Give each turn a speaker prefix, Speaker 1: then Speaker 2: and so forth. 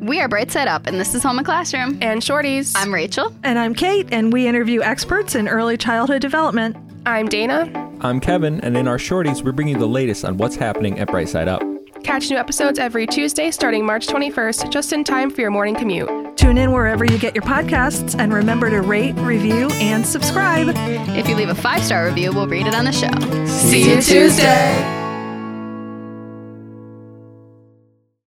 Speaker 1: We are Bright Side Up, and this is Home and Classroom.
Speaker 2: and Shorties.
Speaker 1: I'm Rachel.
Speaker 3: And I'm Kate, and we interview experts in early childhood development.
Speaker 2: I'm Dana.
Speaker 4: I'm Kevin, and in our shorties, we're bringing you the latest on what's happening at Brightside Up.
Speaker 2: Catch new episodes every Tuesday starting March 21st, just in time for your morning commute.
Speaker 3: Tune in wherever you get your podcasts, and remember to rate, review, and subscribe.
Speaker 1: If you leave a five star review, we'll read it on the show.
Speaker 2: See you Tuesday.